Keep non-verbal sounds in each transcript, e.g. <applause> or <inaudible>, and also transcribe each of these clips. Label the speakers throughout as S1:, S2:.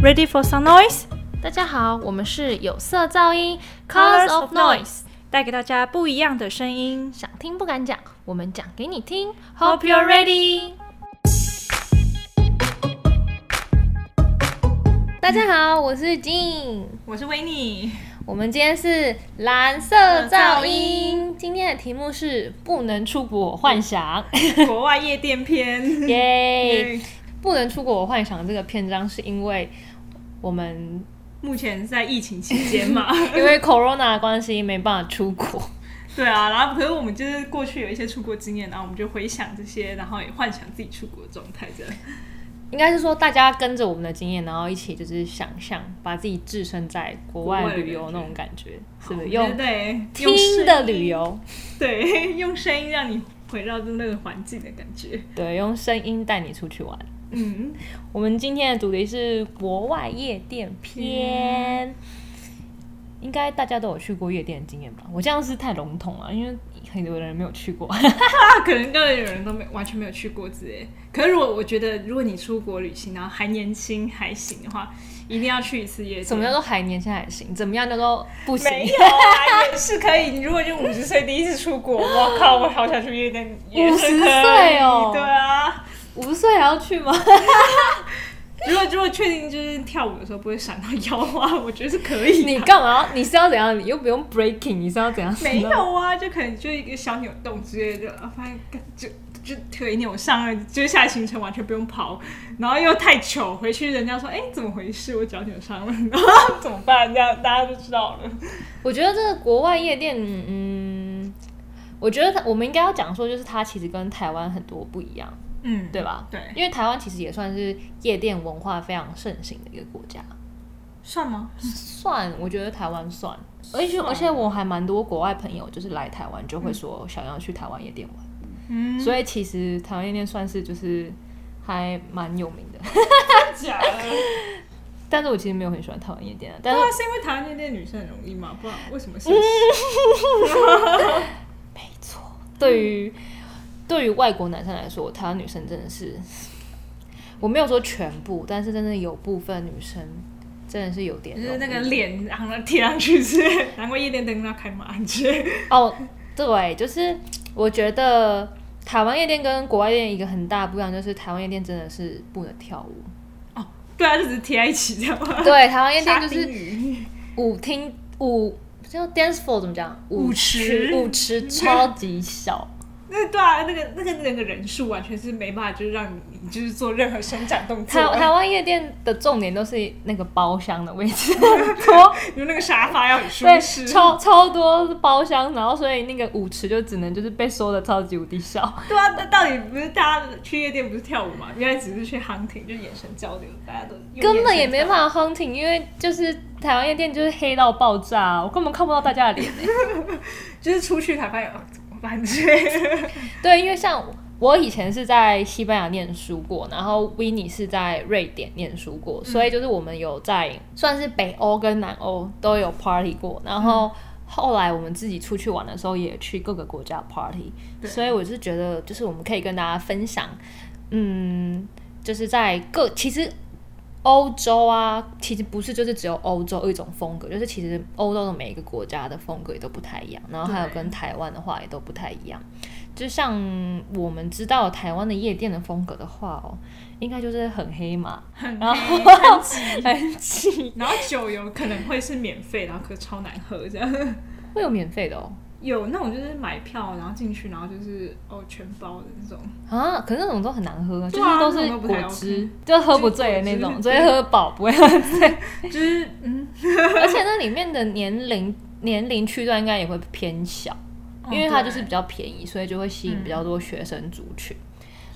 S1: Ready for some noise？
S2: 大家好，我们是有色噪音 （Colors of Noise），
S1: 带给大家不一样的声音。
S2: 想听不敢讲，我们讲给你听。
S1: Hope
S2: Hope
S1: you're
S2: you're ready。大家好，我是静。
S1: 我是维尼， <laughs>
S2: 我们今天是蓝色噪音，今天的题目是不能出国幻 <laughs> 想，
S1: 国外夜店篇。
S2: 耶！
S1: 对
S2: 不能出国幻想这个篇章是因为我 <laughs> 们
S1: 目前在疫情期间嘛， <laughs>
S2: 因为 corona 的关系没办法出国，
S1: 对啊，然后可是我们就是过去有一些出国经验，然后我们就回想这些，然后也幻想自己出国的状态这样。
S2: 应该是说大家跟着我们的经验，然后一起就是想象，把自己置身在国
S1: 国
S2: 外
S1: 外的
S2: 旅游
S1: 感觉
S2: 那种感觉，是
S1: 好
S2: 不是？
S1: 我觉
S2: 用
S1: 得对用
S2: 听
S1: 声
S2: 的
S1: 音
S2: 旅，游，
S1: 对，用声音让你回到那个环境的感觉。
S2: 对，用声音带你出去玩。
S1: 嗯，
S2: 我们今天的主题是国外夜店篇，应该大家都有去过夜店的经验吧？我这样是太笼统了，因为很多人没有去过。
S1: 那可能个有人都没完全没有去过之类。可是如果我觉得，如果你出国旅行，然后还年轻还行的话，一定要去一次夜店。
S2: <laughs> 什么叫做还年轻还行？怎么样叫做不行？
S1: 没有啊，也是可以。你如果就五十岁第一次出国，我靠，我好想去夜店，也是可以。
S2: 50岁哦
S1: 对啊。
S2: 五十岁还要去吗？
S1: 如果如果确定就是跳舞的时候不会闪到腰啊，我觉得是可以的。
S2: <laughs> 你干嘛要？你是要怎样？你又不用 breaking，你是要怎样？
S1: 没有啊，就可能就一个小扭动之类的，啊发现干就就腿扭伤了，接下来行程完全不用跑，然后又太糗，回去人家说，哎、怎么回事？我脚扭伤了，然后怎么办？这样大家就知道
S2: <laughs>
S1: 了。
S2: 我觉得这个国外夜店，嗯，我觉得它我们应该要讲说，就是它其实跟台湾很多不一样，
S1: 嗯，
S2: 对吧？
S1: 对，
S2: 因为台湾其实也算是夜店文化非常盛行的一个国家，
S1: 算吗？
S2: 算我觉得台湾算，而且而且我还蛮多国外朋友就是来台湾就会说想要去台湾夜店玩，
S1: 嗯，
S2: 所以其实台湾夜店算是就是还蛮有名的，
S1: 真假的？
S2: <laughs> 但是我其实没有很喜欢台湾夜店啊，但是
S1: 那是因为台湾那边女生很容易吗？不然为什么是？
S2: 对于对于外国男生来说，台湾女生真的是，我没有说全部，但是真的有部分女生真的是有点
S1: 就
S2: 容
S1: 是
S2: 易
S1: 那个脸，然后贴上去是，难怪夜店灯要开啊满街。
S2: 哦，对，就是我觉得台湾夜店跟国外夜店一个很大不一样，就是台湾夜店真的是不能跳
S1: <laughs>
S2: 舞。
S1: 对啊，就只是贴在一起这样吗？
S2: 对，台湾夜店
S1: 沙
S2: 就是
S1: 丁鱼
S2: 舞厅舞。叫 dance floor 怎么讲？
S1: 舞池
S2: 舞池超级小，
S1: <laughs> 那对啊，那个那个那个人数完全是没办法，就是让你就是做任何伸展动作
S2: 台，台湾夜店的重点都是那个包厢的位置很
S1: <laughs>
S2: 多，
S1: 因为那个沙发要很舒
S2: 对，
S1: 适。
S2: 超超多包厢，然后所以那个舞池就只能就是被缩的超级无敌小。
S1: 对啊，那到底不是大家去夜店不是跳舞嘛？原来只是去 hunting，就是眼神交流，大家都用
S2: 根本
S1: 眼
S2: 也
S1: 神
S2: 没
S1: 交流。
S2: 办法 hunting，因为就是台湾夜店就是黑到爆炸啊，我根本看不到大家的脸。
S1: 就是出去才发现哦，怎么办之
S2: <laughs>
S1: 类的。
S2: 对，因为像我以前是在西班牙念书过，然后 w i n n 是在瑞典念书过，所以就是我们有在算是北欧跟南欧都有 party 过，然后。后来我们自己出去玩的时候，也去各个国家 party，
S1: 对
S2: 所以我是觉得，就是我们可以跟大家分享，嗯，就是在各其实欧洲啊，其实不是就是只有欧洲一种风格，就是其实欧洲的每一个国家的风格也都不太一样，然后还有
S1: 对
S2: 跟台湾的话也都不太一样。就像我们知道台湾的夜店的风格的话哦，应该就是很黑嘛，
S1: 很
S2: 然
S1: 黑
S2: 后
S1: <laughs> 很挤
S2: 很挤，
S1: 然后酒有可能会是免费，然后可是超难喝这
S2: <laughs>
S1: 样。
S2: 会有免费的哦
S1: 有那种就是买票然后进去，然后就是哦全包的那种。
S2: 啊，可是那种都很难喝，就
S1: 对啊
S2: 是都
S1: 那
S2: 是
S1: 种都不
S2: 果
S1: 太 OK
S2: 汁，就喝不醉的那
S1: 就是
S2: 种，
S1: 果汁
S2: 所以喝饱不会喝醉，
S1: 就是嗯，
S2: <laughs> 而且那里面的年龄年龄区段应该也会偏小。
S1: 哦
S2: 因为它就是比
S1: 较
S2: 较便宜，所以就会吸引比较多学生族群。
S1: 嗯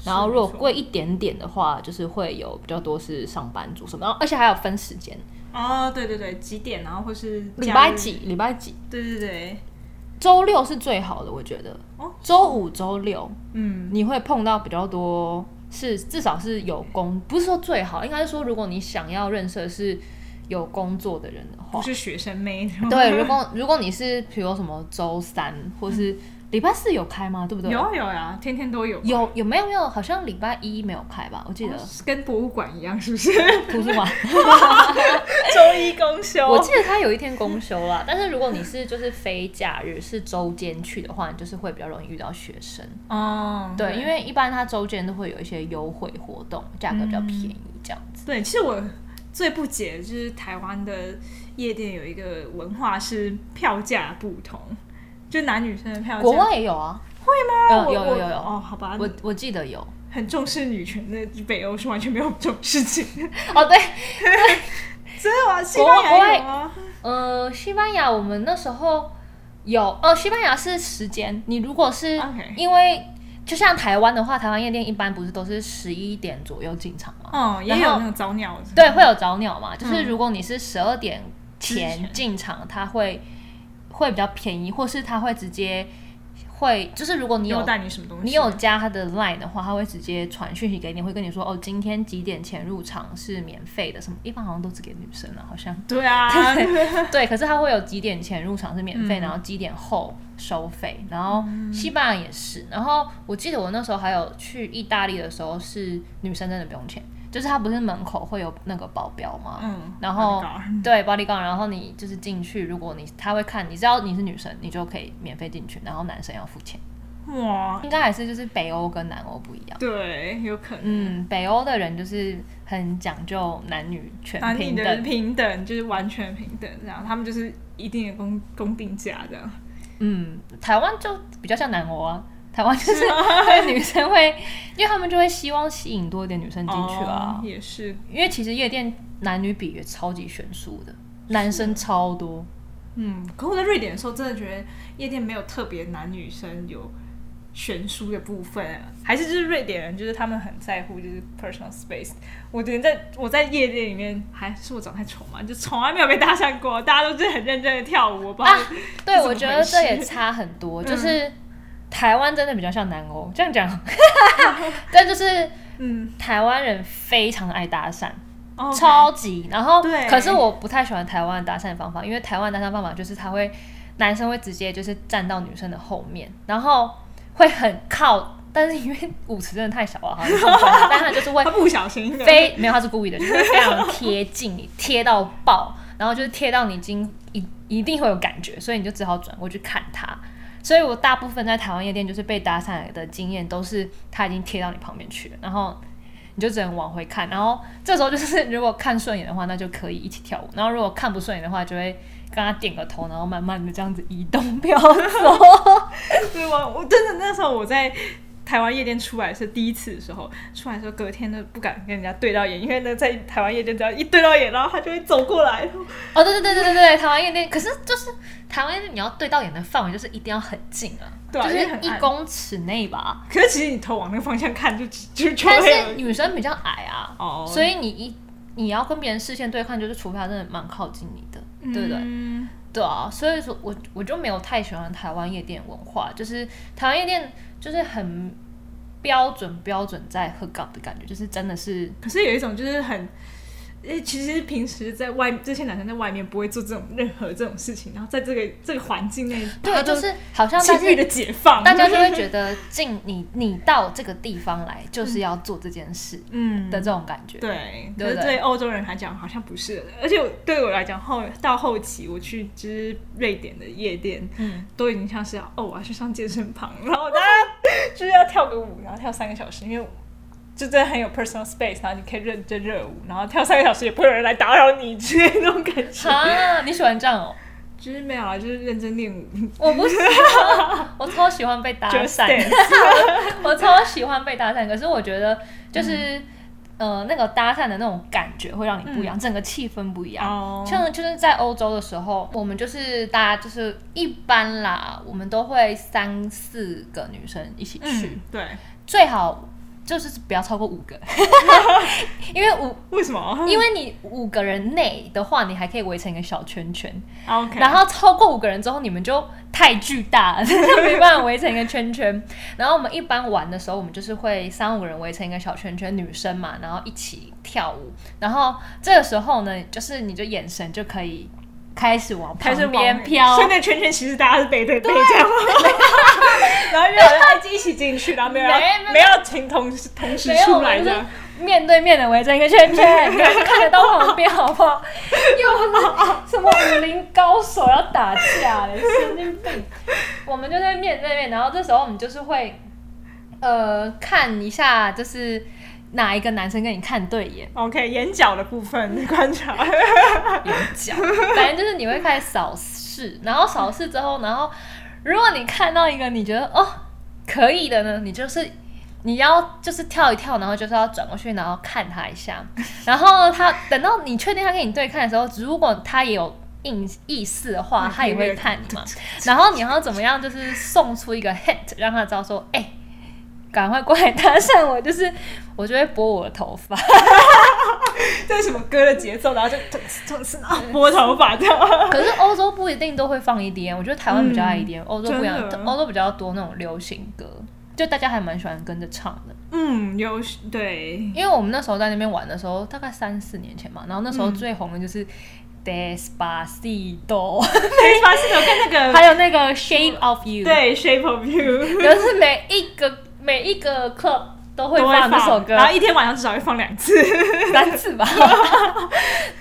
S1: 是
S2: 然后如果
S1: 没错
S2: 贵一点点的话，就是会有比较多是上班族什么，然后而且还有分时间，
S1: 哦，对对对，几点，然后或是
S2: 礼
S1: 假
S2: 拜
S1: 日？
S2: 几，礼拜几，
S1: 对对对，
S2: 周六是最好的，我觉得
S1: 哦。
S2: 周五、周六
S1: 嗯，
S2: 你会碰到比较多是至少是有工，不是说最好，应该是说如果你想要认识的是有工作的人的话
S1: 不，是学生妹，
S2: 对，如果如果你是比如什么周三或是礼拜四有开吗？对不对？
S1: 有啊有啊，天天都有。
S2: 有有没有没有？好像礼拜一没有开吧？我记
S1: <laughs>
S2: 得
S1: 跟博物馆一样，是不是？ <laughs>
S2: 图书馆，
S1: 周一公休
S2: 我记得他有一天公休啦。但是如果你是就是非假日是周间去的话，你就是会比较容易遇到学生。
S1: 哦，
S2: 对，因为一般它周间都会有一些优惠活动，价格比较便宜这样子。
S1: 对，其实我最不解的就是台湾的夜店有一个文化是票价不同，就男女生的票价。
S2: 国外也有啊，
S1: 会
S2: 呃有有有有
S1: 哦，好吧，
S2: 我我记得有。
S1: 很重视女权的北欧是完全没有这种事情，
S2: 哦，对，
S1: 真的吗？西班
S2: 国
S1: 牙
S2: 外
S1: 有啊吗？
S2: 呃，西班牙我们那时候有哦，西班牙是时间，你如果是
S1: OK
S2: 因为就像台湾的话，台湾夜店一般不是都是十一点左右进场嘛？
S1: 嗯，也
S2: 然
S1: 有
S2: 后
S1: 那种早鸟的。
S2: 对，会有早鸟嘛？就是
S1: 嗯
S2: 如果你是十二点
S1: 之
S2: 前
S1: 前
S2: 进场，它会会比较便宜，或是它会直接会就是如果你
S1: 有
S2: 有
S1: 带你什么东西？
S2: 你有加他的 line 的话，他会直接传讯息给你，会跟你说哦，今天几点前入场是免费的，什么一般好像都只给女生啊，好
S1: <laughs>
S2: 像
S1: 对啊，
S2: <laughs> 对，可是他会有几点前入场是免费，
S1: 嗯
S2: 然后几点后收费，然后西班牙也是，然后我记得我那时候还有去意大利的时候是女生真的不用钱，就是他不是门口会有那个保镖吗？
S1: 嗯，
S2: 然后
S1: bodyguard
S2: 对 body g u a r 然后你就是进去，如果你他会看，你知道你是女生，你就可以免费进去，然后男生要付钱。
S1: 哇，
S2: 应该还是就是北欧跟南欧不一样。
S1: 对，有可能。
S2: 嗯，北欧的人就是很讲究男女权
S1: 男女
S2: 平
S1: 的
S2: 等。
S1: 平等就是完全平等，这样他们就是一定的公公定价这样。
S2: 嗯，台湾就比较像南欧啊， <laughs> 台湾就是对女生会，因为他们就会希望吸引多一点女生进去啊。
S1: 哦也是，
S2: 因为其实夜店男女比也超级悬殊的，男生超多。
S1: 嗯。可我在瑞典的时候，真的觉得夜店没有特别男女生有悬殊的部分、啊，还是就是瑞典人就是他们很在乎就是 personal space。我觉得在我在夜店里面，还是我长太丑嘛，就从来没有被搭讪过，大家都是很认真的跳舞，我不知道
S2: 啊对，
S1: 怎么
S2: 我觉得
S1: 回事
S2: 这也差很多，
S1: 嗯
S2: 就是。台湾真的比较像南欧，这
S1: <laughs>
S2: 样讲，但就是
S1: 嗯，
S2: 台湾人非常爱搭讪，
S1: 哦，
S2: 超级。然后，
S1: 对
S2: 可是我不太喜欢台湾的搭讪方法，因为台湾搭讪方法就是他会男生会直接就是站到女生的后面，然后会很靠，但是因为舞池真的太小了，好像是不管它但他就是会
S1: 他不小心
S2: <laughs>
S1: 的，
S2: 非没有他是故意的，就是会非常贴近你，贴到爆，然后就是贴到你已经一一定会有感觉，所以你就只好转过去看他。所以我大部分在台湾夜店就是被搭讪的经验都是他已经贴到你旁边去了，然后你就只能往回看，然后这时候就是如果看顺眼的话，那就可以一起跳舞；然后如果看不顺眼的话，就会跟他点个头，然后慢慢的这样子移动飘走。
S1: 对我我真的那时候我在台湾夜店出来是第一次的时候，出来的时候隔天都不敢跟人家对到眼，因为呢在台湾夜店只要一对到眼，然后他就会走过来。
S2: 哦，对对对对对对，台湾夜店，可是就是台湾夜店，你要对到眼的范围就是一定要很近啊，
S1: 对啊
S2: 就
S1: 因为
S2: 是
S1: 很
S2: 一
S1: 暗
S2: 公尺内吧。
S1: 可是其实你头往那个方向看就，就就就
S2: 但
S1: 会
S2: 是
S1: 有
S2: 女生比较矮啊，
S1: 啊哦，
S2: 所以你一你要跟别人视线对看，就是除非她真的蛮靠近你的，对不对？
S1: 嗯
S2: 对啊，所以说我我就没有太喜欢台湾夜店文化，就是台湾夜店就是很标准标准在 hook up 的感觉，就是真的是
S1: 可是有一种就是很。诶，其实平时在外这些男生在外面不会做这种任何这种事情，然后在这个这个环境内，
S2: 对，
S1: 他
S2: 就是好像大
S1: 情欲
S2: 家
S1: 的解放，
S2: 大家就会觉得进你你到这个地方来就是要做这件事。
S1: 嗯
S2: 的这种感觉。
S1: 对，
S2: 对
S1: 可是
S2: 不对
S1: 对欧洲人来讲好像不是，而且我对我来讲后到后期我去就是瑞典的夜店，
S2: 嗯，
S1: 都已经像是哦我要去上健身房，然后大家就是要跳个舞，然后跳三个小时，因为就真的很有 personal space，然后你可以认真热舞，然后跳三个小时也不会有人来打扰你之类的那种感觉，
S2: 啊，你喜欢这样哦？
S1: <laughs> 就是没有啊，就是认真练舞，
S2: 我不喜欢，我超喜欢被
S1: <laughs>
S2: 搭
S1: Just
S2: 讪， <laughs> 我超喜欢被搭讪。可是我觉得就是、
S1: 嗯
S2: 呃，那个搭讪的那种感觉会让你不一样，整个气氛不一样。
S1: 哦
S2: 像就是在欧洲的时候，我们就是大家就是一般啦，我们都会三四个女生一起去，
S1: 嗯，对，
S2: 最好就是不要超过五
S1: <laughs>
S2: 个，因为五
S1: 为什么？
S2: 因为你五个人内的话，你还可以围成一个小圈圈，
S1: 啊 OK，
S2: 然后超过五个人之后，你们就太巨大了， <laughs> 就没办法围成一个圈圈。然后我们一般玩的时候，我们就是会三五个人围成一个小圈圈，女生嘛，然后一起跳舞。然后这个时候呢，就是你就眼神就可以开始往
S1: 开始
S2: 旁
S1: 往
S2: 边飘
S1: 所以，那圈圈其实大家是背对背这
S2: <laughs>
S1: 样，然后就好像一起进去，然后没有要
S2: 没没没
S1: 没有请同时同时
S2: 没有
S1: 出
S2: 我
S1: 来
S2: 们
S1: 这
S2: 是
S1: 样。
S2: 面对面的围成一个圈圈，看得到旁边好不好？又不是什么武林高手要打架嘞，神经病！我们就在面对面，然后这时候我们就是会呃看一下，就是哪一个男生跟你看对眼
S1: OK，眼角的部分观察，
S2: 角，反正就是你会开始扫视，然后扫视之后，然后如果你看到一个你觉得哦可以的呢，你就是你要就是跳一跳，然后就是要转过去，然后看他一下。然后他等到你确定他跟你对看的时候，如果他也有意意思的话
S1: 嗯，
S2: 他也会看你嘛。然后你要怎么样，就是送出一个 hint，让他知道说，哎、赶快过来搭讪我，就是我就会拨我的头发，
S1: 这是什么歌的节奏？然后就咚哧咚哧，然后拨头发这样。
S2: 可是欧洲不一定都会放 EDM，我觉得台湾比较爱 EDM，欧、洲不一样
S1: 真的，
S2: 欧洲比较多那种流行歌，就大家还蛮喜欢跟着唱的。
S1: 嗯，有对，
S2: 因为我们那时候在那边玩的时候，大概三四年前嘛，然后那时候
S1: 嗯
S2: 最红的就是。Despacito，
S1: 没发现有跟那个
S2: 还有那个 Shape of You，，
S1: 对 Shape of You
S2: 就是每一个每一个 club 都会
S1: 都
S2: 放这首歌
S1: 然后一天晚上至少会放两
S2: <laughs>
S1: 次。
S2: 三次吧，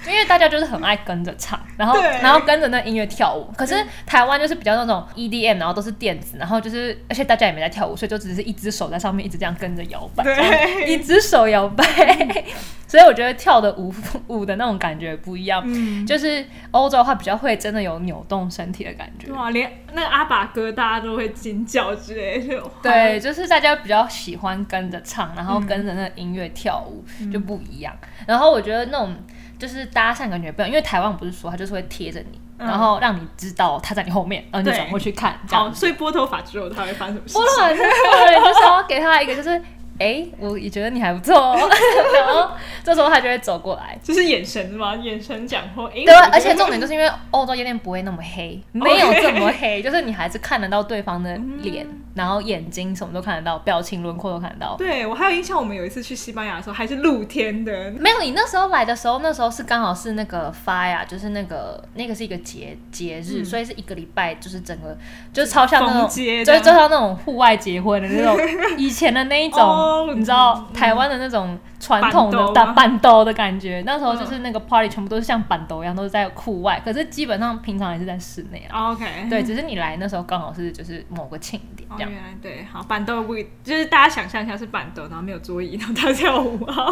S2: 因为大家就是很爱跟着唱，然后
S1: 对
S2: 然后跟着那音乐跳舞。可是台湾就是比较那种 EDM，然后都是电子，然后就是而且大家也没在跳舞，所以就只是一只手在上面一直这样跟着摇摆，
S1: 对
S2: 这样一只手摇摆。 <laughs> 所以我觉得跳的舞舞的那种感觉不一样，
S1: 嗯，
S2: 就是欧洲的话比较会真的有扭动身体的感觉。
S1: 哇，连那个阿爸哥大家都会尖叫之类的。
S2: 对，就是大家比较喜欢跟着唱，然后跟着那个音乐跳舞、
S1: 嗯
S2: 就不一样。然后我觉得那种就是搭讪感觉不一样，因为台湾不是说他就是会贴着你，
S1: 嗯
S2: 然后让你知道他在你后面，然后你就
S1: 对
S2: 转过去看这样
S1: 哦，
S2: 子。
S1: 所以拨头发之后他会发生什么事
S2: 波
S1: 情？
S2: 兰 <laughs> 之后呢，就是要给他一个就是，哎、我也觉得你还不
S1: <laughs>
S2: 错、哦，然后这时候他就会走过来。
S1: 就是眼神嘛，眼神讲或诶
S2: 对
S1: 我觉，
S2: 啊
S1: 得哦
S2: 而且重点就是因为欧洲夜店不会那么黑，没有
S1: OK
S2: 这么黑， <laughs> 就是你还是看得到对方的脸，
S1: 嗯
S2: 然后眼睛什么都看得到，表情轮廓都看得到。
S1: 对我还有印象，我们有一次去西班牙的时候还是露天的，
S2: 没有，你那时候来的时候，那时候是刚好是那个发呀，就是那个那个是一个节节日，
S1: 嗯
S2: 所以是一个礼拜，就是整个就是超像那种，
S1: 逢
S2: 就是
S1: 街
S2: 就
S1: 这样
S2: 像那种户外结婚的那种以前的那一
S1: <laughs> 哦
S2: 种，你知道台湾的那种传统
S1: 板
S2: 的
S1: 豆啊嗯
S2: 大
S1: 吗
S2: 板兜的感觉。那时候就是那个 party 全部都是像板兜一样，都是在户外，可是基本上平常也是在室内啊。
S1: 哦 OK，
S2: 对，只是你来那时候刚好是就是某个庆典
S1: 嗯哦，
S2: 这样
S1: 原。来对，好，板凳不一就是大家想象一下是板凳，然后没有桌椅，然后他跳舞啊。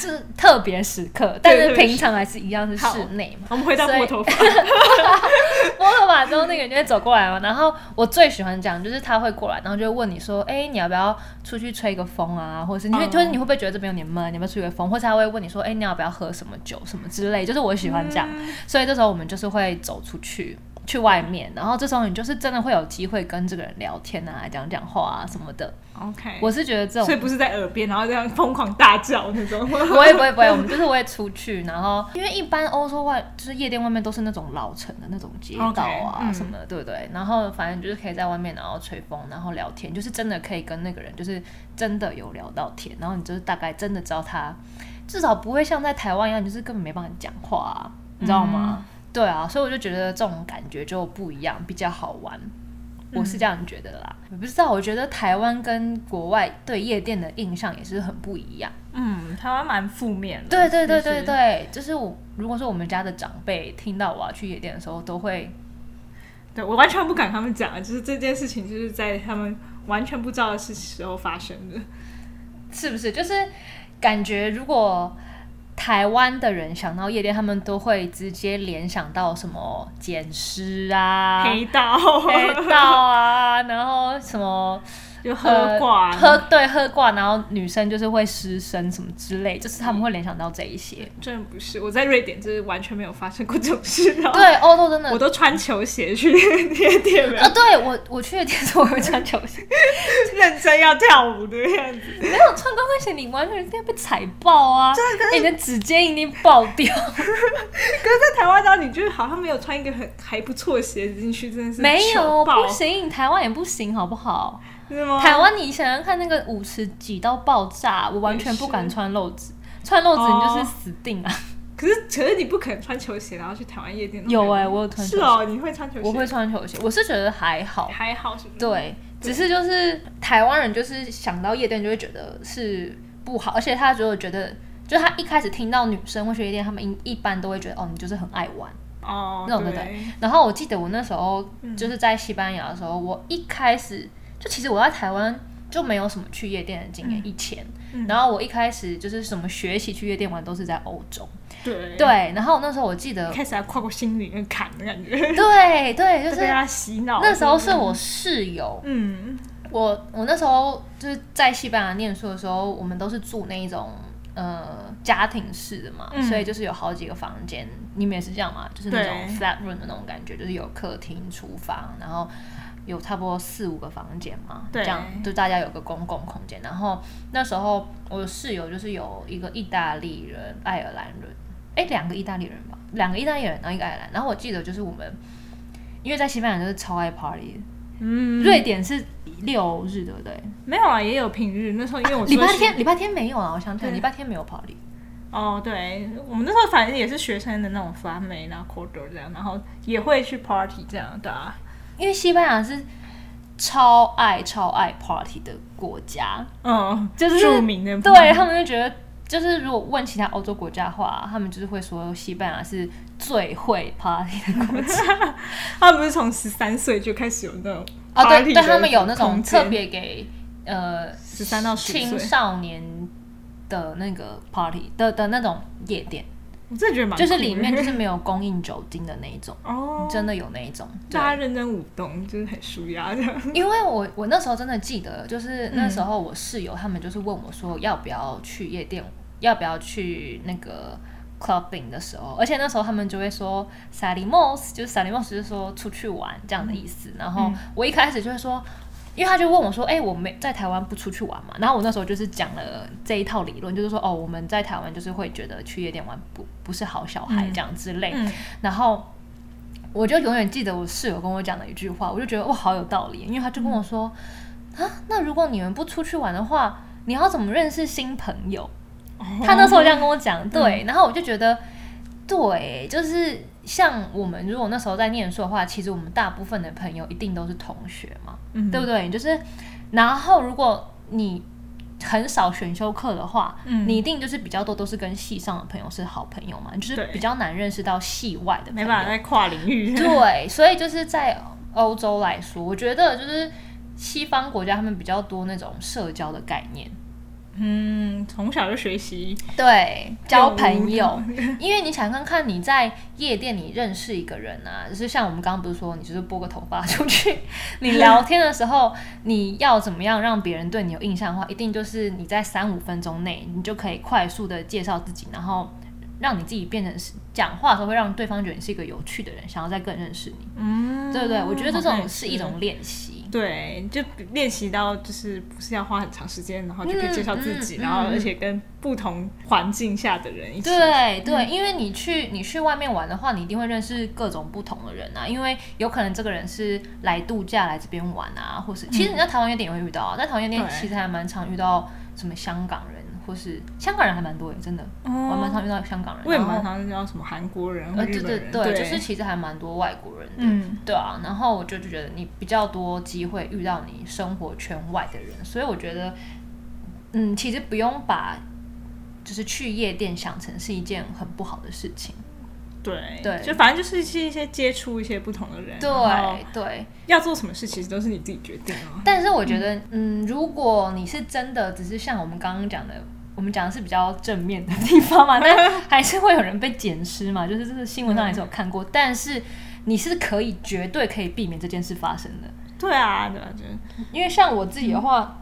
S2: 就是特别时刻，但
S1: 特
S2: 是
S1: 别
S2: 平常还是一样是室内嘛。
S1: 我们回到
S2: 所以
S1: 拨头发，
S2: 摸头发之后，那个人就会走过来嘛。然后我最喜欢这样，就是他会过来，然后就会问你说：“哎、你要不要出去吹个风啊？”或者是你会，
S1: 嗯
S2: 就是你会不会觉得这边有点闷？你要不要吹个风？或者他会问你说：“哎、你要不要喝什么酒什么之类？”就是我喜欢这样，所以这时候我们就是会走出去。去外面，然后这时候你就是真的会有机会跟这个人聊天啊，讲讲话啊什么的。
S1: <laughs> 嗯 OK，
S2: 我是觉得这种
S1: 所以不是在耳边，然后这样疯狂大叫那种。<laughs>
S2: <laughs> 不会不会不会，我们就是会出去，然后因为一般欧洲外就是夜店外面都是那种老城的那种街道
S1: OK，
S2: 啊
S1: 嗯
S2: 什么的对不对？然后反正就是可以在外面，然后吹风，然后聊天，就是真的可以跟那个人就是真的有聊到天，然后你就是大概真的知道他，至少不会像在台湾一样，你就是根本没办法讲话、啊，你知道
S1: 嗯
S2: 吗？对啊，所以我就觉得这种感觉就不一样，比较好玩。我是这样觉得啦，我不知道，我觉得台湾跟国外对夜店的印象也是很不一样。
S1: 嗯，台湾蛮负面的。
S2: 对对对
S1: 其实
S2: 对。对，就是我如果说我们家的长辈听到我要去夜店的时候，都会
S1: 对我完全不敢跟他们讲，就是这件事情就是在他们完全不知道的事时候发生的。
S2: 是不是就是感觉如果台湾的人想到夜店，他们都会直接联想到什么捡尸 <laughs> 啊、哎
S1: 黑道，
S2: 黑道啊，然后什么。
S1: <laughs> 就喝挂、
S2: 呃喝对喝挂，然后女生就是会失身什么之类，就是他们会联想到这一些。
S1: 真的不是，我在瑞典就是完全没有发生过这种事，然后
S2: 对，欧洲真的
S1: 我都穿球鞋去夜店了
S2: 啊，，对我我去的店是我会穿球鞋，
S1: 认真要跳舞的样子。
S2: 没有穿高跟鞋，你完全是要被踩爆啊！欸你的指尖一定爆
S1: <laughs>
S2: 掉。
S1: 可是，在台湾，然后你就是好像没有穿一个很还不错的鞋子进去，真的是
S2: 没有，
S1: 糗爆哦
S2: 不，行，台湾也不行，好不好？
S1: 是吗？
S2: 台湾，你想想看，那个舞
S1: 哦
S2: 池挤到爆炸，我完全不敢穿露趾，穿露趾你就是死定啊！
S1: 可是可是你不可能穿球鞋然后去台湾夜店。
S2: 有哎、我有穿球
S1: 是
S2: 鞋，
S1: 哦，嗯你会穿球鞋？
S2: 我会穿球鞋，我是觉得还好，
S1: 还好是不是？
S2: 对，只是就是台湾人就是想到夜店就会觉得是不好，而且他就会觉得，就他一开始听到女生会去夜店，他们一一般都会觉得哦，你就是很爱玩。
S1: 哦，
S2: 那种对不
S1: 对，
S2: 然后我记得我那时候
S1: 嗯
S2: 就是在西班牙的时候，我一开始就其实我在台湾就没有什么去夜店的经验，以前。
S1: 嗯
S2: 然后我一开始就是什么学习去夜店玩都是在欧洲，
S1: 对
S2: 对。然后那时候我
S1: <laughs>
S2: 记得，
S1: 开始还跨过心灵的坎的感觉，
S2: 对对，就
S1: 就是被他洗脑。
S2: 那时候是我室友，
S1: 嗯
S2: 我我那时候就是在西班牙啊念书的时候，我们都是住那一种呃家庭式的嘛，
S1: 嗯
S2: 所以就是有好几个房间。你们也是这样嘛？就是那种
S1: 对
S2: flat room 的那种感觉，就是有客厅、厨房，然后有差不多四五个房间嘛，
S1: 对
S2: 这样就大家有个公共空间。然后那时候我的室友就是有一个意大利人、爱尔兰人，哎，两个意大利人吧，两个意大利人，然后一个爱尔兰。然后我记得就是我们，因为在西班牙就是超爱 party 的。
S1: 嗯，
S2: 瑞典是六日，对不对？
S1: 没有啊，也有平日。那时候因为我
S2: 啊礼
S1: 说
S2: 拜
S1: 是
S2: 天，礼拜天没有啊，我想想，
S1: 对
S2: 礼拜天没有跑礼。
S1: 哦，对，我们那时候反正也是学生的那种 f l a m e 然后 quarter 这样，然后也会去 party 这样，对啊，
S2: 因为西班牙是超爱超爱 party 的国家，
S1: 嗯，
S2: 就是
S1: 著名的
S2: 对他们就觉得，就是如果问其他欧洲国家的话，他们就是会说西班牙是最会 party 的国家
S1: 他们不是从十三岁就开始有那种
S2: 啊。对，
S1: party
S2: 对
S1: 的
S2: 他们有那种
S1: 空间
S2: 特别给呃
S1: 13到15岁
S2: 青少年的那个 party 的的那种夜店，
S1: 我真的觉得蛮
S2: 就是
S1: 酷的
S2: 里面就是没有供应酒精的那一种，
S1: <laughs> 哦，
S2: 真的有那一种。对
S1: 大家认真舞动，就是很舒压这样。
S2: 因为我我那时候真的记得，就是那时候我室友他们就是问我说要不要去夜店，要不要去那个 clubbing 的时候，而且那时候他们就会说 salimos，就是 salimos 就是说出去玩这样的意思。然后我一开始就会说。因为他就问我说：“哎、我没在台湾不出去玩嘛？”然后我那时候就是讲了这一套理论，就是说哦，我们在台湾就是会觉得去夜店玩不不是好小孩这样之类。
S1: 嗯
S2: 然后我就永远记得我室友跟我讲的一句话，我就觉得哇，好有道理，因为他就跟
S1: 嗯
S2: 我说、啊，那如果你们不出去玩的话，你要怎么认识新朋友？他那时候这样跟我
S1: 哦
S2: 讲，对，
S1: 嗯
S2: 然后我就觉得，对，就是像我们如果那时候在念书的话，其实我们大部分的朋友一定都是同学嘛，
S1: 嗯
S2: 对不对？就是，然后如果你很少选修课的话，
S1: 嗯
S2: 你一定就是比较多都是跟系上的朋友是好朋友嘛，你就是
S1: 对
S2: 比较难认识到系外的朋
S1: 没
S2: 友。
S1: 办法在 <laughs> 跨领域。
S2: 对，所以就是在欧洲来说，我觉得就是西方国家他们比较多那种社交的概念，
S1: 嗯，从小就学习
S2: 对，交朋友
S1: 用。
S2: 因为你想看看你在夜店里认识一个人啊，就是像我们刚刚不是说，你就是拨个头发出去， <laughs> 你聊天的时候，你要怎么样让别人对你有印象的话，一定就是你在三五分钟内，你就可以快速的介绍自己，然后让你自己变成是讲话的时候会让对方觉得你是一个有趣的人，想要再更认识你。
S1: 嗯，
S2: 对不对？我觉
S1: 好
S2: 得这
S1: 像也
S2: 种是一种练习。
S1: 对，就练习到就是不是要花很长时间，然后就可以介绍自己，
S2: 嗯嗯
S1: 然后
S2: 嗯
S1: 而且跟不同环境下的人一起。
S2: 对对，
S1: 嗯
S2: 因为你去你去外面玩的话，你一定会认识各种不同的人啊，因为有可能这个人是来度假来这边玩啊，或是其实你在台湾夜店也会遇到啊，在台湾夜
S1: 嗯
S2: 店
S1: 对
S2: 其实还蛮常遇到什么香港人，或是香港人还蛮多的，真的，我还蛮常遇到香港人，
S1: 哦我也
S2: 然后
S1: 蛮常叫什么韩国人或
S2: 呃
S1: 日
S2: 对
S1: 本
S2: 对
S1: 人，
S2: 对，就是其实还蛮多外国人的，
S1: 嗯
S2: 对啊，然后我就就觉得你比较多机会遇到你生活圈外的人，所以我觉得，嗯，其实不用把就是去夜店想成是一件很不好的事情，
S1: 对
S2: 对
S1: 就反正就是是一些接触一些不同的人，
S2: 对
S1: 然后
S2: 对。
S1: 要做什么事其实都是你自己决定哦。
S2: 但是我觉得，嗯，如果你是真的只是像我们刚刚讲的。我们讲的是比较正面的地方嘛，
S1: <laughs>
S2: 但还是会有人被捡尸嘛，就是这个新闻上还是有看过。但是你是可以绝对可以避免这件事发生的，
S1: 对啊，对啊，就是
S2: 因为像我自己的话，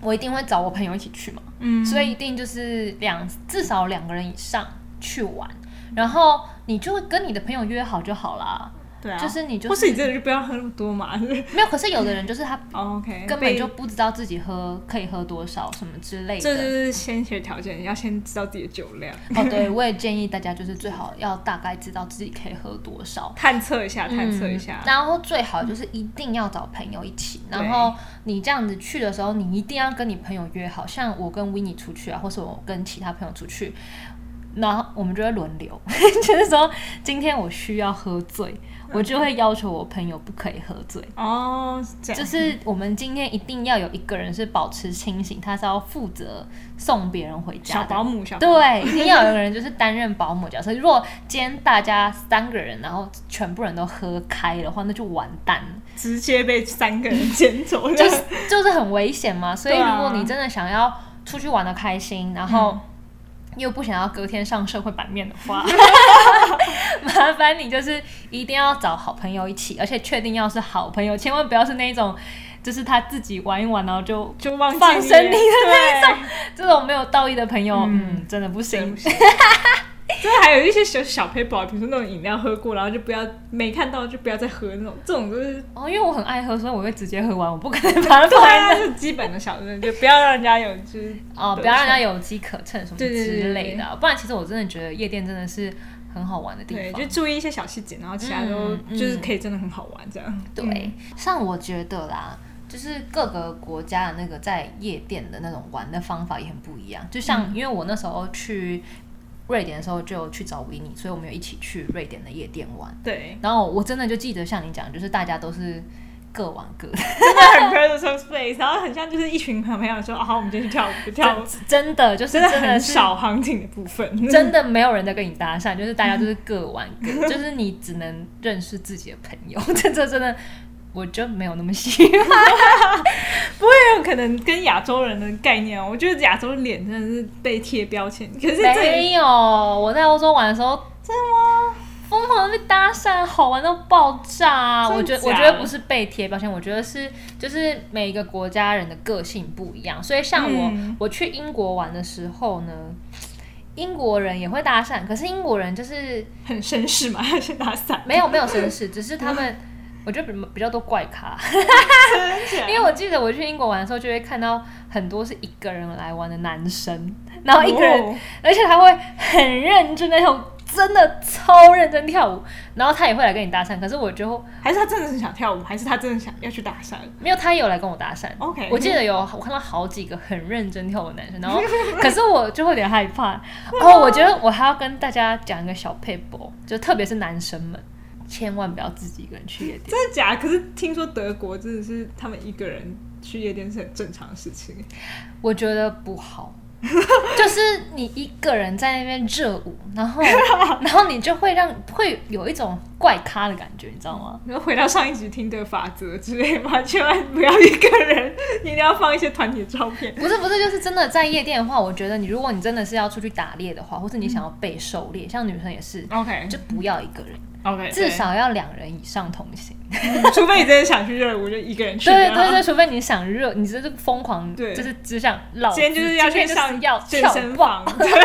S2: 我一定会找我朋友一起去嘛，
S1: 嗯，
S2: 所以一定就是两至少两个人以上去玩，然后你就跟你的朋友约好就好啦。
S1: 对啊，
S2: 就是你就
S1: 或是你真的就不要喝那么多嘛。 <laughs> 就是
S2: 没有，可是有的人就是他
S1: 哦 OK，
S2: 根本
S1: 被
S2: 就不知道自己喝可以喝多少什么之类
S1: 这就
S2: 的。
S1: 是先决条件，要先知道自己的酒量，
S2: 哦，对，我也建议大家就是最好要大概知道自己可以喝多少，
S1: 探测一下，探测一下
S2: 嗯。然后最好就是一定要找朋友一起，
S1: 对
S2: 然后你这样子去的时候，你一定要跟你朋友约好。像我跟 w i n n i e 出去啊，或是我跟其他朋友出去，然后我们就会轮流， <laughs> 就是说今天我需要喝醉，我就会要求我朋友不可以喝醉。
S1: 哦，是这样
S2: 就是我们今天一定要有一个人是保持清醒，他是要负责送别人回家
S1: 小
S2: 的。
S1: 保姆小保姆
S2: 对，一定要有一个人就是担任保姆角色。如果今天大家三个人，然后全部人都喝开的话，那就完蛋了，
S1: 直接被三个人捡走了，
S2: 就是就是很危险嘛。所以
S1: 对啊
S2: 如果你真的想要出去玩的开心，然后又不想要隔天上社会版面的话，麻烦你就是一定要找好朋友一起，而且确定要是好朋友，千万不要是那种就是他自己玩一玩然后就
S1: <laughs> 就忘记
S2: 放生你的
S1: 那种。
S2: 这种没有道义的朋友，
S1: 嗯
S2: 嗯，真的不
S1: 对
S2: 行
S1: 不。行就是还有一些小 <laughs> 小 paper，比如说那种饮料喝过，然后就不要没看到就不要再喝那种，这种就是
S2: 哦，因为我很爱喝，所以我会直接喝完，我不可能把它
S1: 对
S2: 放在那。
S1: 啊，就是基本的小事，就不要让人家有就是
S2: 哦，不要让人家有机可乘什么
S1: 对对对
S2: 之
S1: 对
S2: 类的啊，不然其实我真的觉得夜店真的是很好玩的地
S1: 对，
S2: 方
S1: 就。注意一些小细节，然后其他都
S2: 嗯
S1: 就是
S2: 嗯
S1: 可以真的很好玩这样。嗯
S2: 对，像我觉得啦，就是各个国家的那个在夜店的那种玩的方法也很不一样。就像、
S1: 嗯
S2: 因为我那时候去瑞典的时候就去找维尼，所以我们有一起去瑞典的夜店玩。
S1: 对，
S2: 然后我真的就记得像你讲，就是大家都是各玩各的， <laughs>
S1: 真的很 personal space，然后很像就是一群朋友说，啊好，我们今天去跳舞跳舞，
S2: 真的就是
S1: 真
S2: 的
S1: 的
S2: 是
S1: 很少行情的部分。 <laughs>
S2: 真的没有人在跟你搭讪，就是大家就是各玩
S1: <laughs>
S2: 各，就是你只能认识自己的朋友。 <laughs> 这这真的，我就没有那么喜欢。
S1: 不会有可能跟亚洲人的概念哦，我觉得亚洲脸真的是被贴标签，可是这里
S2: 没有，我在欧洲玩的时候，
S1: 真的吗？
S2: 疯狂的被搭讪，好玩到爆炸啊。
S1: 真的
S2: 我觉
S1: 假
S2: 得，
S1: 的
S2: 我觉得不是被贴标签，我觉得是就是每个国家人的个性不一样。所以像我，
S1: 嗯
S2: 我去英国玩的时候呢，英国人也会搭绅，可是英国人就是
S1: 很绅士嘛，还是打
S2: <laughs>
S1: 伞？
S2: 没有没有绅士，只是他们。我觉得比比较多怪咖，
S1: 因
S2: 因为我记得我去英国玩的时候，就会看到很多是一个人来玩的男生，然
S1: 哦
S2: 后一个人，而且他会很认真那种，真的超认真跳舞，然后他也会来跟你搭讪。可是我就
S1: 还是他真的是想跳舞，还是他真的想要去打伞？
S2: 没有，他也有来跟我搭讪。
S1: 哦 OK
S2: 我记得有我看到好几个很认真跳舞的男生，然后可是我就会有点害怕。哦，我觉得我还要跟大家讲一个小 p a p e 就特别是男生们，千万不要自己一个人去夜店。
S1: 真的假的？可是听说德国真的是他们一个人去夜店是很正常的事情。
S2: 我觉得不好， <laughs> 就是你一个人在那边热舞，
S1: <laughs>
S2: 然后然后你就会让会有一种怪咖的感觉，你知道吗？
S1: 然后回到上一集听的法则之类嘛，千万不要一个人，你一定要放一些团体的照片。
S2: 不是不是，就是真的在夜店的话，我觉得你如果你真的是要出去打猎的话，或是你想要被狩
S1: 嗯
S2: 猎，像女生也是，
S1: OK，
S2: 就不要一个人，
S1: OK，
S2: 至少要两人以上同行。
S1: 除非你真的想去热舞，就一个人去。
S2: 对
S1: 然后
S2: 对对，除非你想热，你就是疯狂，
S1: 啊对
S2: 就是只想老子，
S1: 今天就是要
S2: 今
S1: 去
S2: 天就是
S1: 上
S2: 要
S1: 健
S2: 跳
S1: 身
S2: 爆
S1: 房， <laughs>
S2: <laughs>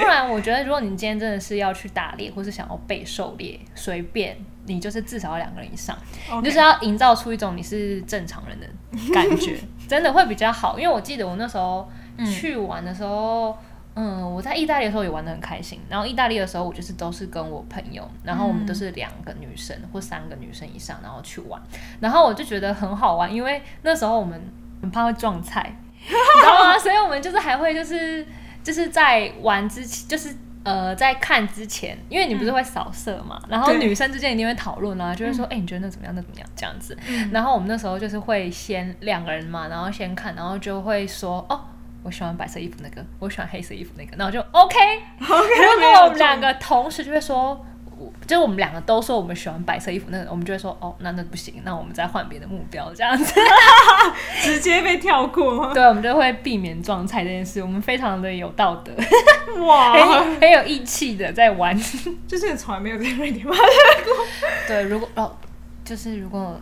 S2: 不然，我觉得如果你今天真的是要去打猎，或是想要被狩猎，随便你就是至少要两个人以上
S1: OK
S2: 你就是要营造出一种你是正常人的感觉，真的会比较好。因为我记得我那时候去玩的时候，嗯我在意大利的时候也玩的很开心。然后意大利的时候，我就是都是跟我朋友，然后我们都是两个女生或三个女生以上，然后去玩，然后我就觉得很好玩，因为那时候我们很怕会撞菜。你知道吗？所以我们就是还会就是就是在玩之前，就是呃在看之前，因为你不是会扫射嘛，然后
S1: 对
S2: 女生之间一定会讨论啊，就会说，哎、你觉得那怎么样？那怎么样？这样子。然后我们那时候就是会先两个人嘛，然后先看，然后就会说，哦。我喜欢白色衣服那个，我喜欢黑色衣服那个，那我就 OK。
S1: OK，
S2: 如
S1: 没
S2: 果
S1: 有
S2: 我们两个同时就会说，我就是我们两个都说我们喜欢白色衣服那个，我们就会说，哦，那那不行，那我们再换别的目标这样子。 <laughs>
S1: 直接被跳过吗？
S2: 对，我们就会避免撞菜这件事，我们非常的有道德，
S1: 哇，
S2: 很很有义气的在玩。
S1: 就是从来没有在瑞典玩。
S2: <laughs> 对，如果哦，就是如果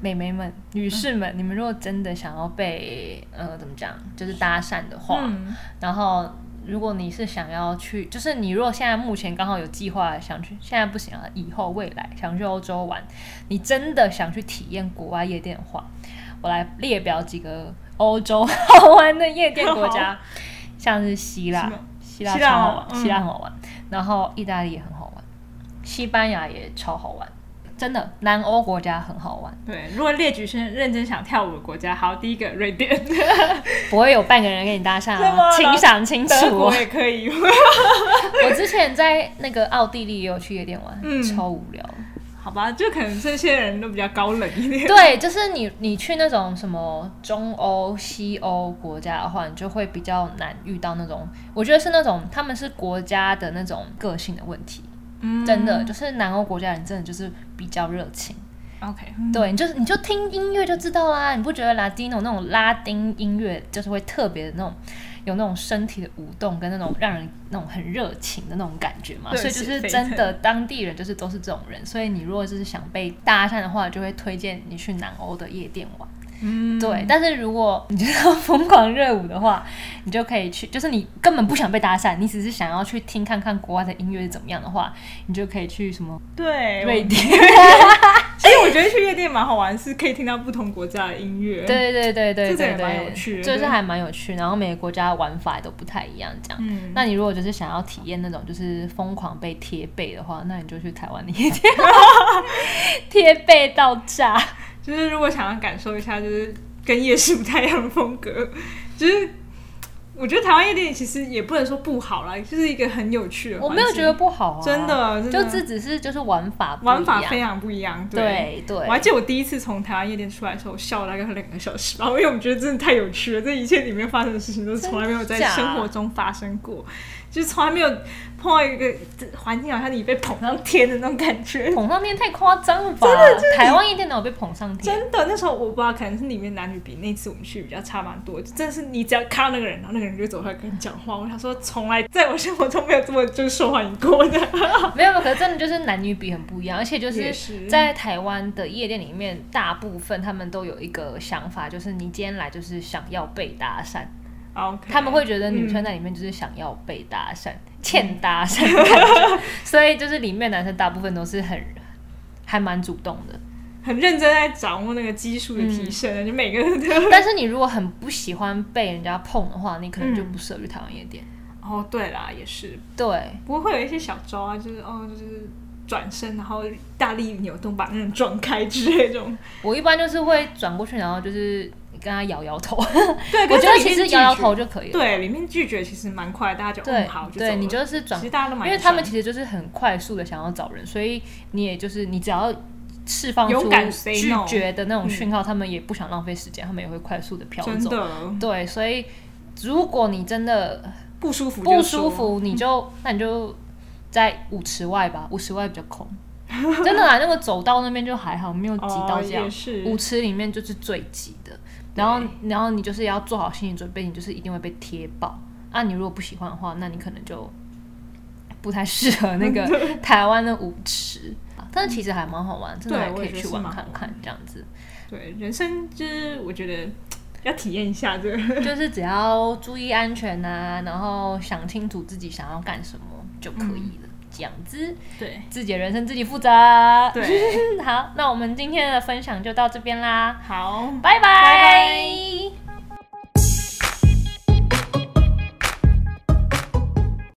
S2: 美眉们、女士们，你们如果真的想要被呃怎么讲，就是搭讪的话，
S1: 嗯
S2: 然后如果你是想要去，就是你如果现在目前刚好有计划想去，现在不行啊，以后未来想去欧洲玩，你真的想去体验国外夜店的话，我来列表几个欧洲好玩的夜店国家，像是啊希腊，希腊
S1: 希腊
S2: 超好
S1: 吗
S2: 玩，
S1: 嗯
S2: 希腊很好玩，然后意大利也很好玩，西班牙也超好玩。真的南欧国家很好玩，
S1: 对，如果列举是认真想跳舞的国家，好，第一个瑞典，
S2: 不会有半个人跟你搭讪
S1: 真的吗
S2: 啊，请想清楚
S1: 德
S2: 哦
S1: 国。也可以， <laughs>
S2: 我之前在那个奥地利也有去夜店玩，
S1: 嗯
S2: 超无
S1: <laughs>
S2: 聊。
S1: 好吧，就可能这些人都比较高冷一点。
S2: 对，就是你你去那种什么中欧、西欧国家的话，你就会比较难遇到那种，我觉得是那种他们是国家的那种个性的问题。
S1: 嗯
S2: 真的，就是南欧国家人真的就是比较热情。
S1: ，OK，
S2: 对，你就是你就听音乐就知道啦，你不觉得拉丁那种拉丁音乐就是会特别的那种，有那种身体的舞动跟那种让人那种很热情的那种感觉嘛？
S1: 热
S2: 所
S1: 血
S2: 以就是
S1: 沸
S2: 真
S1: 腾
S2: 的当地人就是都是这种人，所以你如果就是想被搭讪的话，就会推荐你去南欧的夜店玩。
S1: 嗯，
S2: 对，但是如果你就是要疯狂热舞的话，你就可以去，就是你根本不想被搭讪，你只是想要去听看看国外的音乐是怎么样的话，你就可以去什么
S1: 对，
S2: 瑞
S1: 我
S2: 典。
S1: <laughs> 其实我觉得去夜店蛮好玩，是可以听到不同国家的音乐。，
S2: 对对对对
S1: 这个
S2: 对
S1: 也蛮
S2: 对，
S1: 有趣的
S2: 就是
S1: 对
S2: 还蛮有趣。然后每个国家玩法也都不太一样，这样。
S1: 嗯，
S2: 那你如果就是想要体验那种就是疯狂被贴背的话，那你就去台湾的夜店， <laughs> 贴背到炸。
S1: 就是如果想要感受一下，就是跟夜市不太一样的风格， <laughs> 就是我觉得台湾夜店其实也不能说不好啦，就是一个很有趣的环境。
S2: 我没有觉得不好啊，
S1: 真，的，真的
S2: 就这只是就是玩法不一样
S1: 玩法非常不一样。
S2: 对对
S1: 我还记得我第一次从台湾夜店出来的时候，我笑了大概两个小时吧，因为我们觉得真的太有趣了，这一切里面发生的事情都是从来没有在
S2: 真假
S1: 生活中发生过，就是从来没有碰到一个环境，好像你被捧上天的那种感觉。
S2: 捧上天太夸张了吧？台湾夜店哪有被捧上天？
S1: 真的，那时候我不知道，可能是里面男女比那次我们去比较差蛮多。真的是你只要看到那个人，然后那个人就走过来跟你讲话，我想说从来在我生活中没有这么就是受欢迎过的。 <laughs>
S2: 没有，可是真的就是男女比很不一样，而且就
S1: 确
S2: 是
S1: 实
S2: 在台湾的夜店里面，大部分他们都有一个想法，就是你今天来就是想要被搭讪，
S1: 嗯啊 OK，
S2: 他们会觉得女生在里面就是想要被搭讪、欠搭讪 <laughs> 的感觉，所以就是里面男生大部分都是很还蛮主动
S1: <laughs>
S2: 的。
S1: 很认真在掌握那个基数的提升，就每个人都
S2: 但是你如果很不喜欢被人家碰的话，你可能就不适合去台湾夜店。
S1: 哦，对啦，也是，
S2: 对，
S1: 不过会有一些小招啊，就是哦，就是转身，然后大力扭动把那人撞开之类 <laughs> 这种。
S2: 我一般就是会转过去，然后就是跟他摇摇头。
S1: 对，
S2: 我
S1: 可是
S2: 觉得
S1: 里
S2: 其
S1: 面
S2: 实
S1: 拒
S2: 摇摇
S1: 绝
S2: 头就可以了。
S1: 对，里面拒绝其实蛮快，大家就
S2: 对
S1: 嗯好就走
S2: 对，
S1: 了
S2: 你就是转
S1: 其实大家都蛮
S2: 因
S1: 友善的，
S2: 为他们其实就是很快速的想要找人，所以你也就是你只要释放
S1: 勇
S2: 出
S1: 敢 say
S2: 拒
S1: no 嗯
S2: 绝的那种讯号，他们也不想浪费时间，他们也会快速的飘
S1: 真
S2: 走。
S1: 的
S2: 对，所以如果你真的
S1: 不舒服，
S2: 不舒。服，
S1: 嗯
S2: 你就那你就在舞池外吧，舞池外比较空。真的啦，那个走道那边就还好，没有挤到
S1: 哦，
S2: 这样
S1: 也。是，
S2: 舞池里面就是最挤的，然后然后你就是要做好心理准备，你就是一定会被贴爆。啊，你如果不喜欢的话，那你可能就不太适合那个 <laughs> 台湾的舞池。啊但是其实还蛮好玩，真的
S1: 对
S2: 还
S1: 我
S2: 可
S1: 也
S2: 以
S1: 觉得
S2: 去
S1: 是
S2: 玩
S1: 蛮
S2: 看
S1: 好
S2: 看，这样子
S1: 对人生就是我觉得要体验一下这个，
S2: 就是只要注意安全呐、然后想清楚自己想要干什么就可以
S1: 嗯
S2: 了。这样子，
S1: 对
S2: 自己的人生自己负责。 <laughs>
S1: 对，
S2: 好，那我们今天的分享就到这边啦，
S1: 好，
S2: 拜拜。
S1: 拜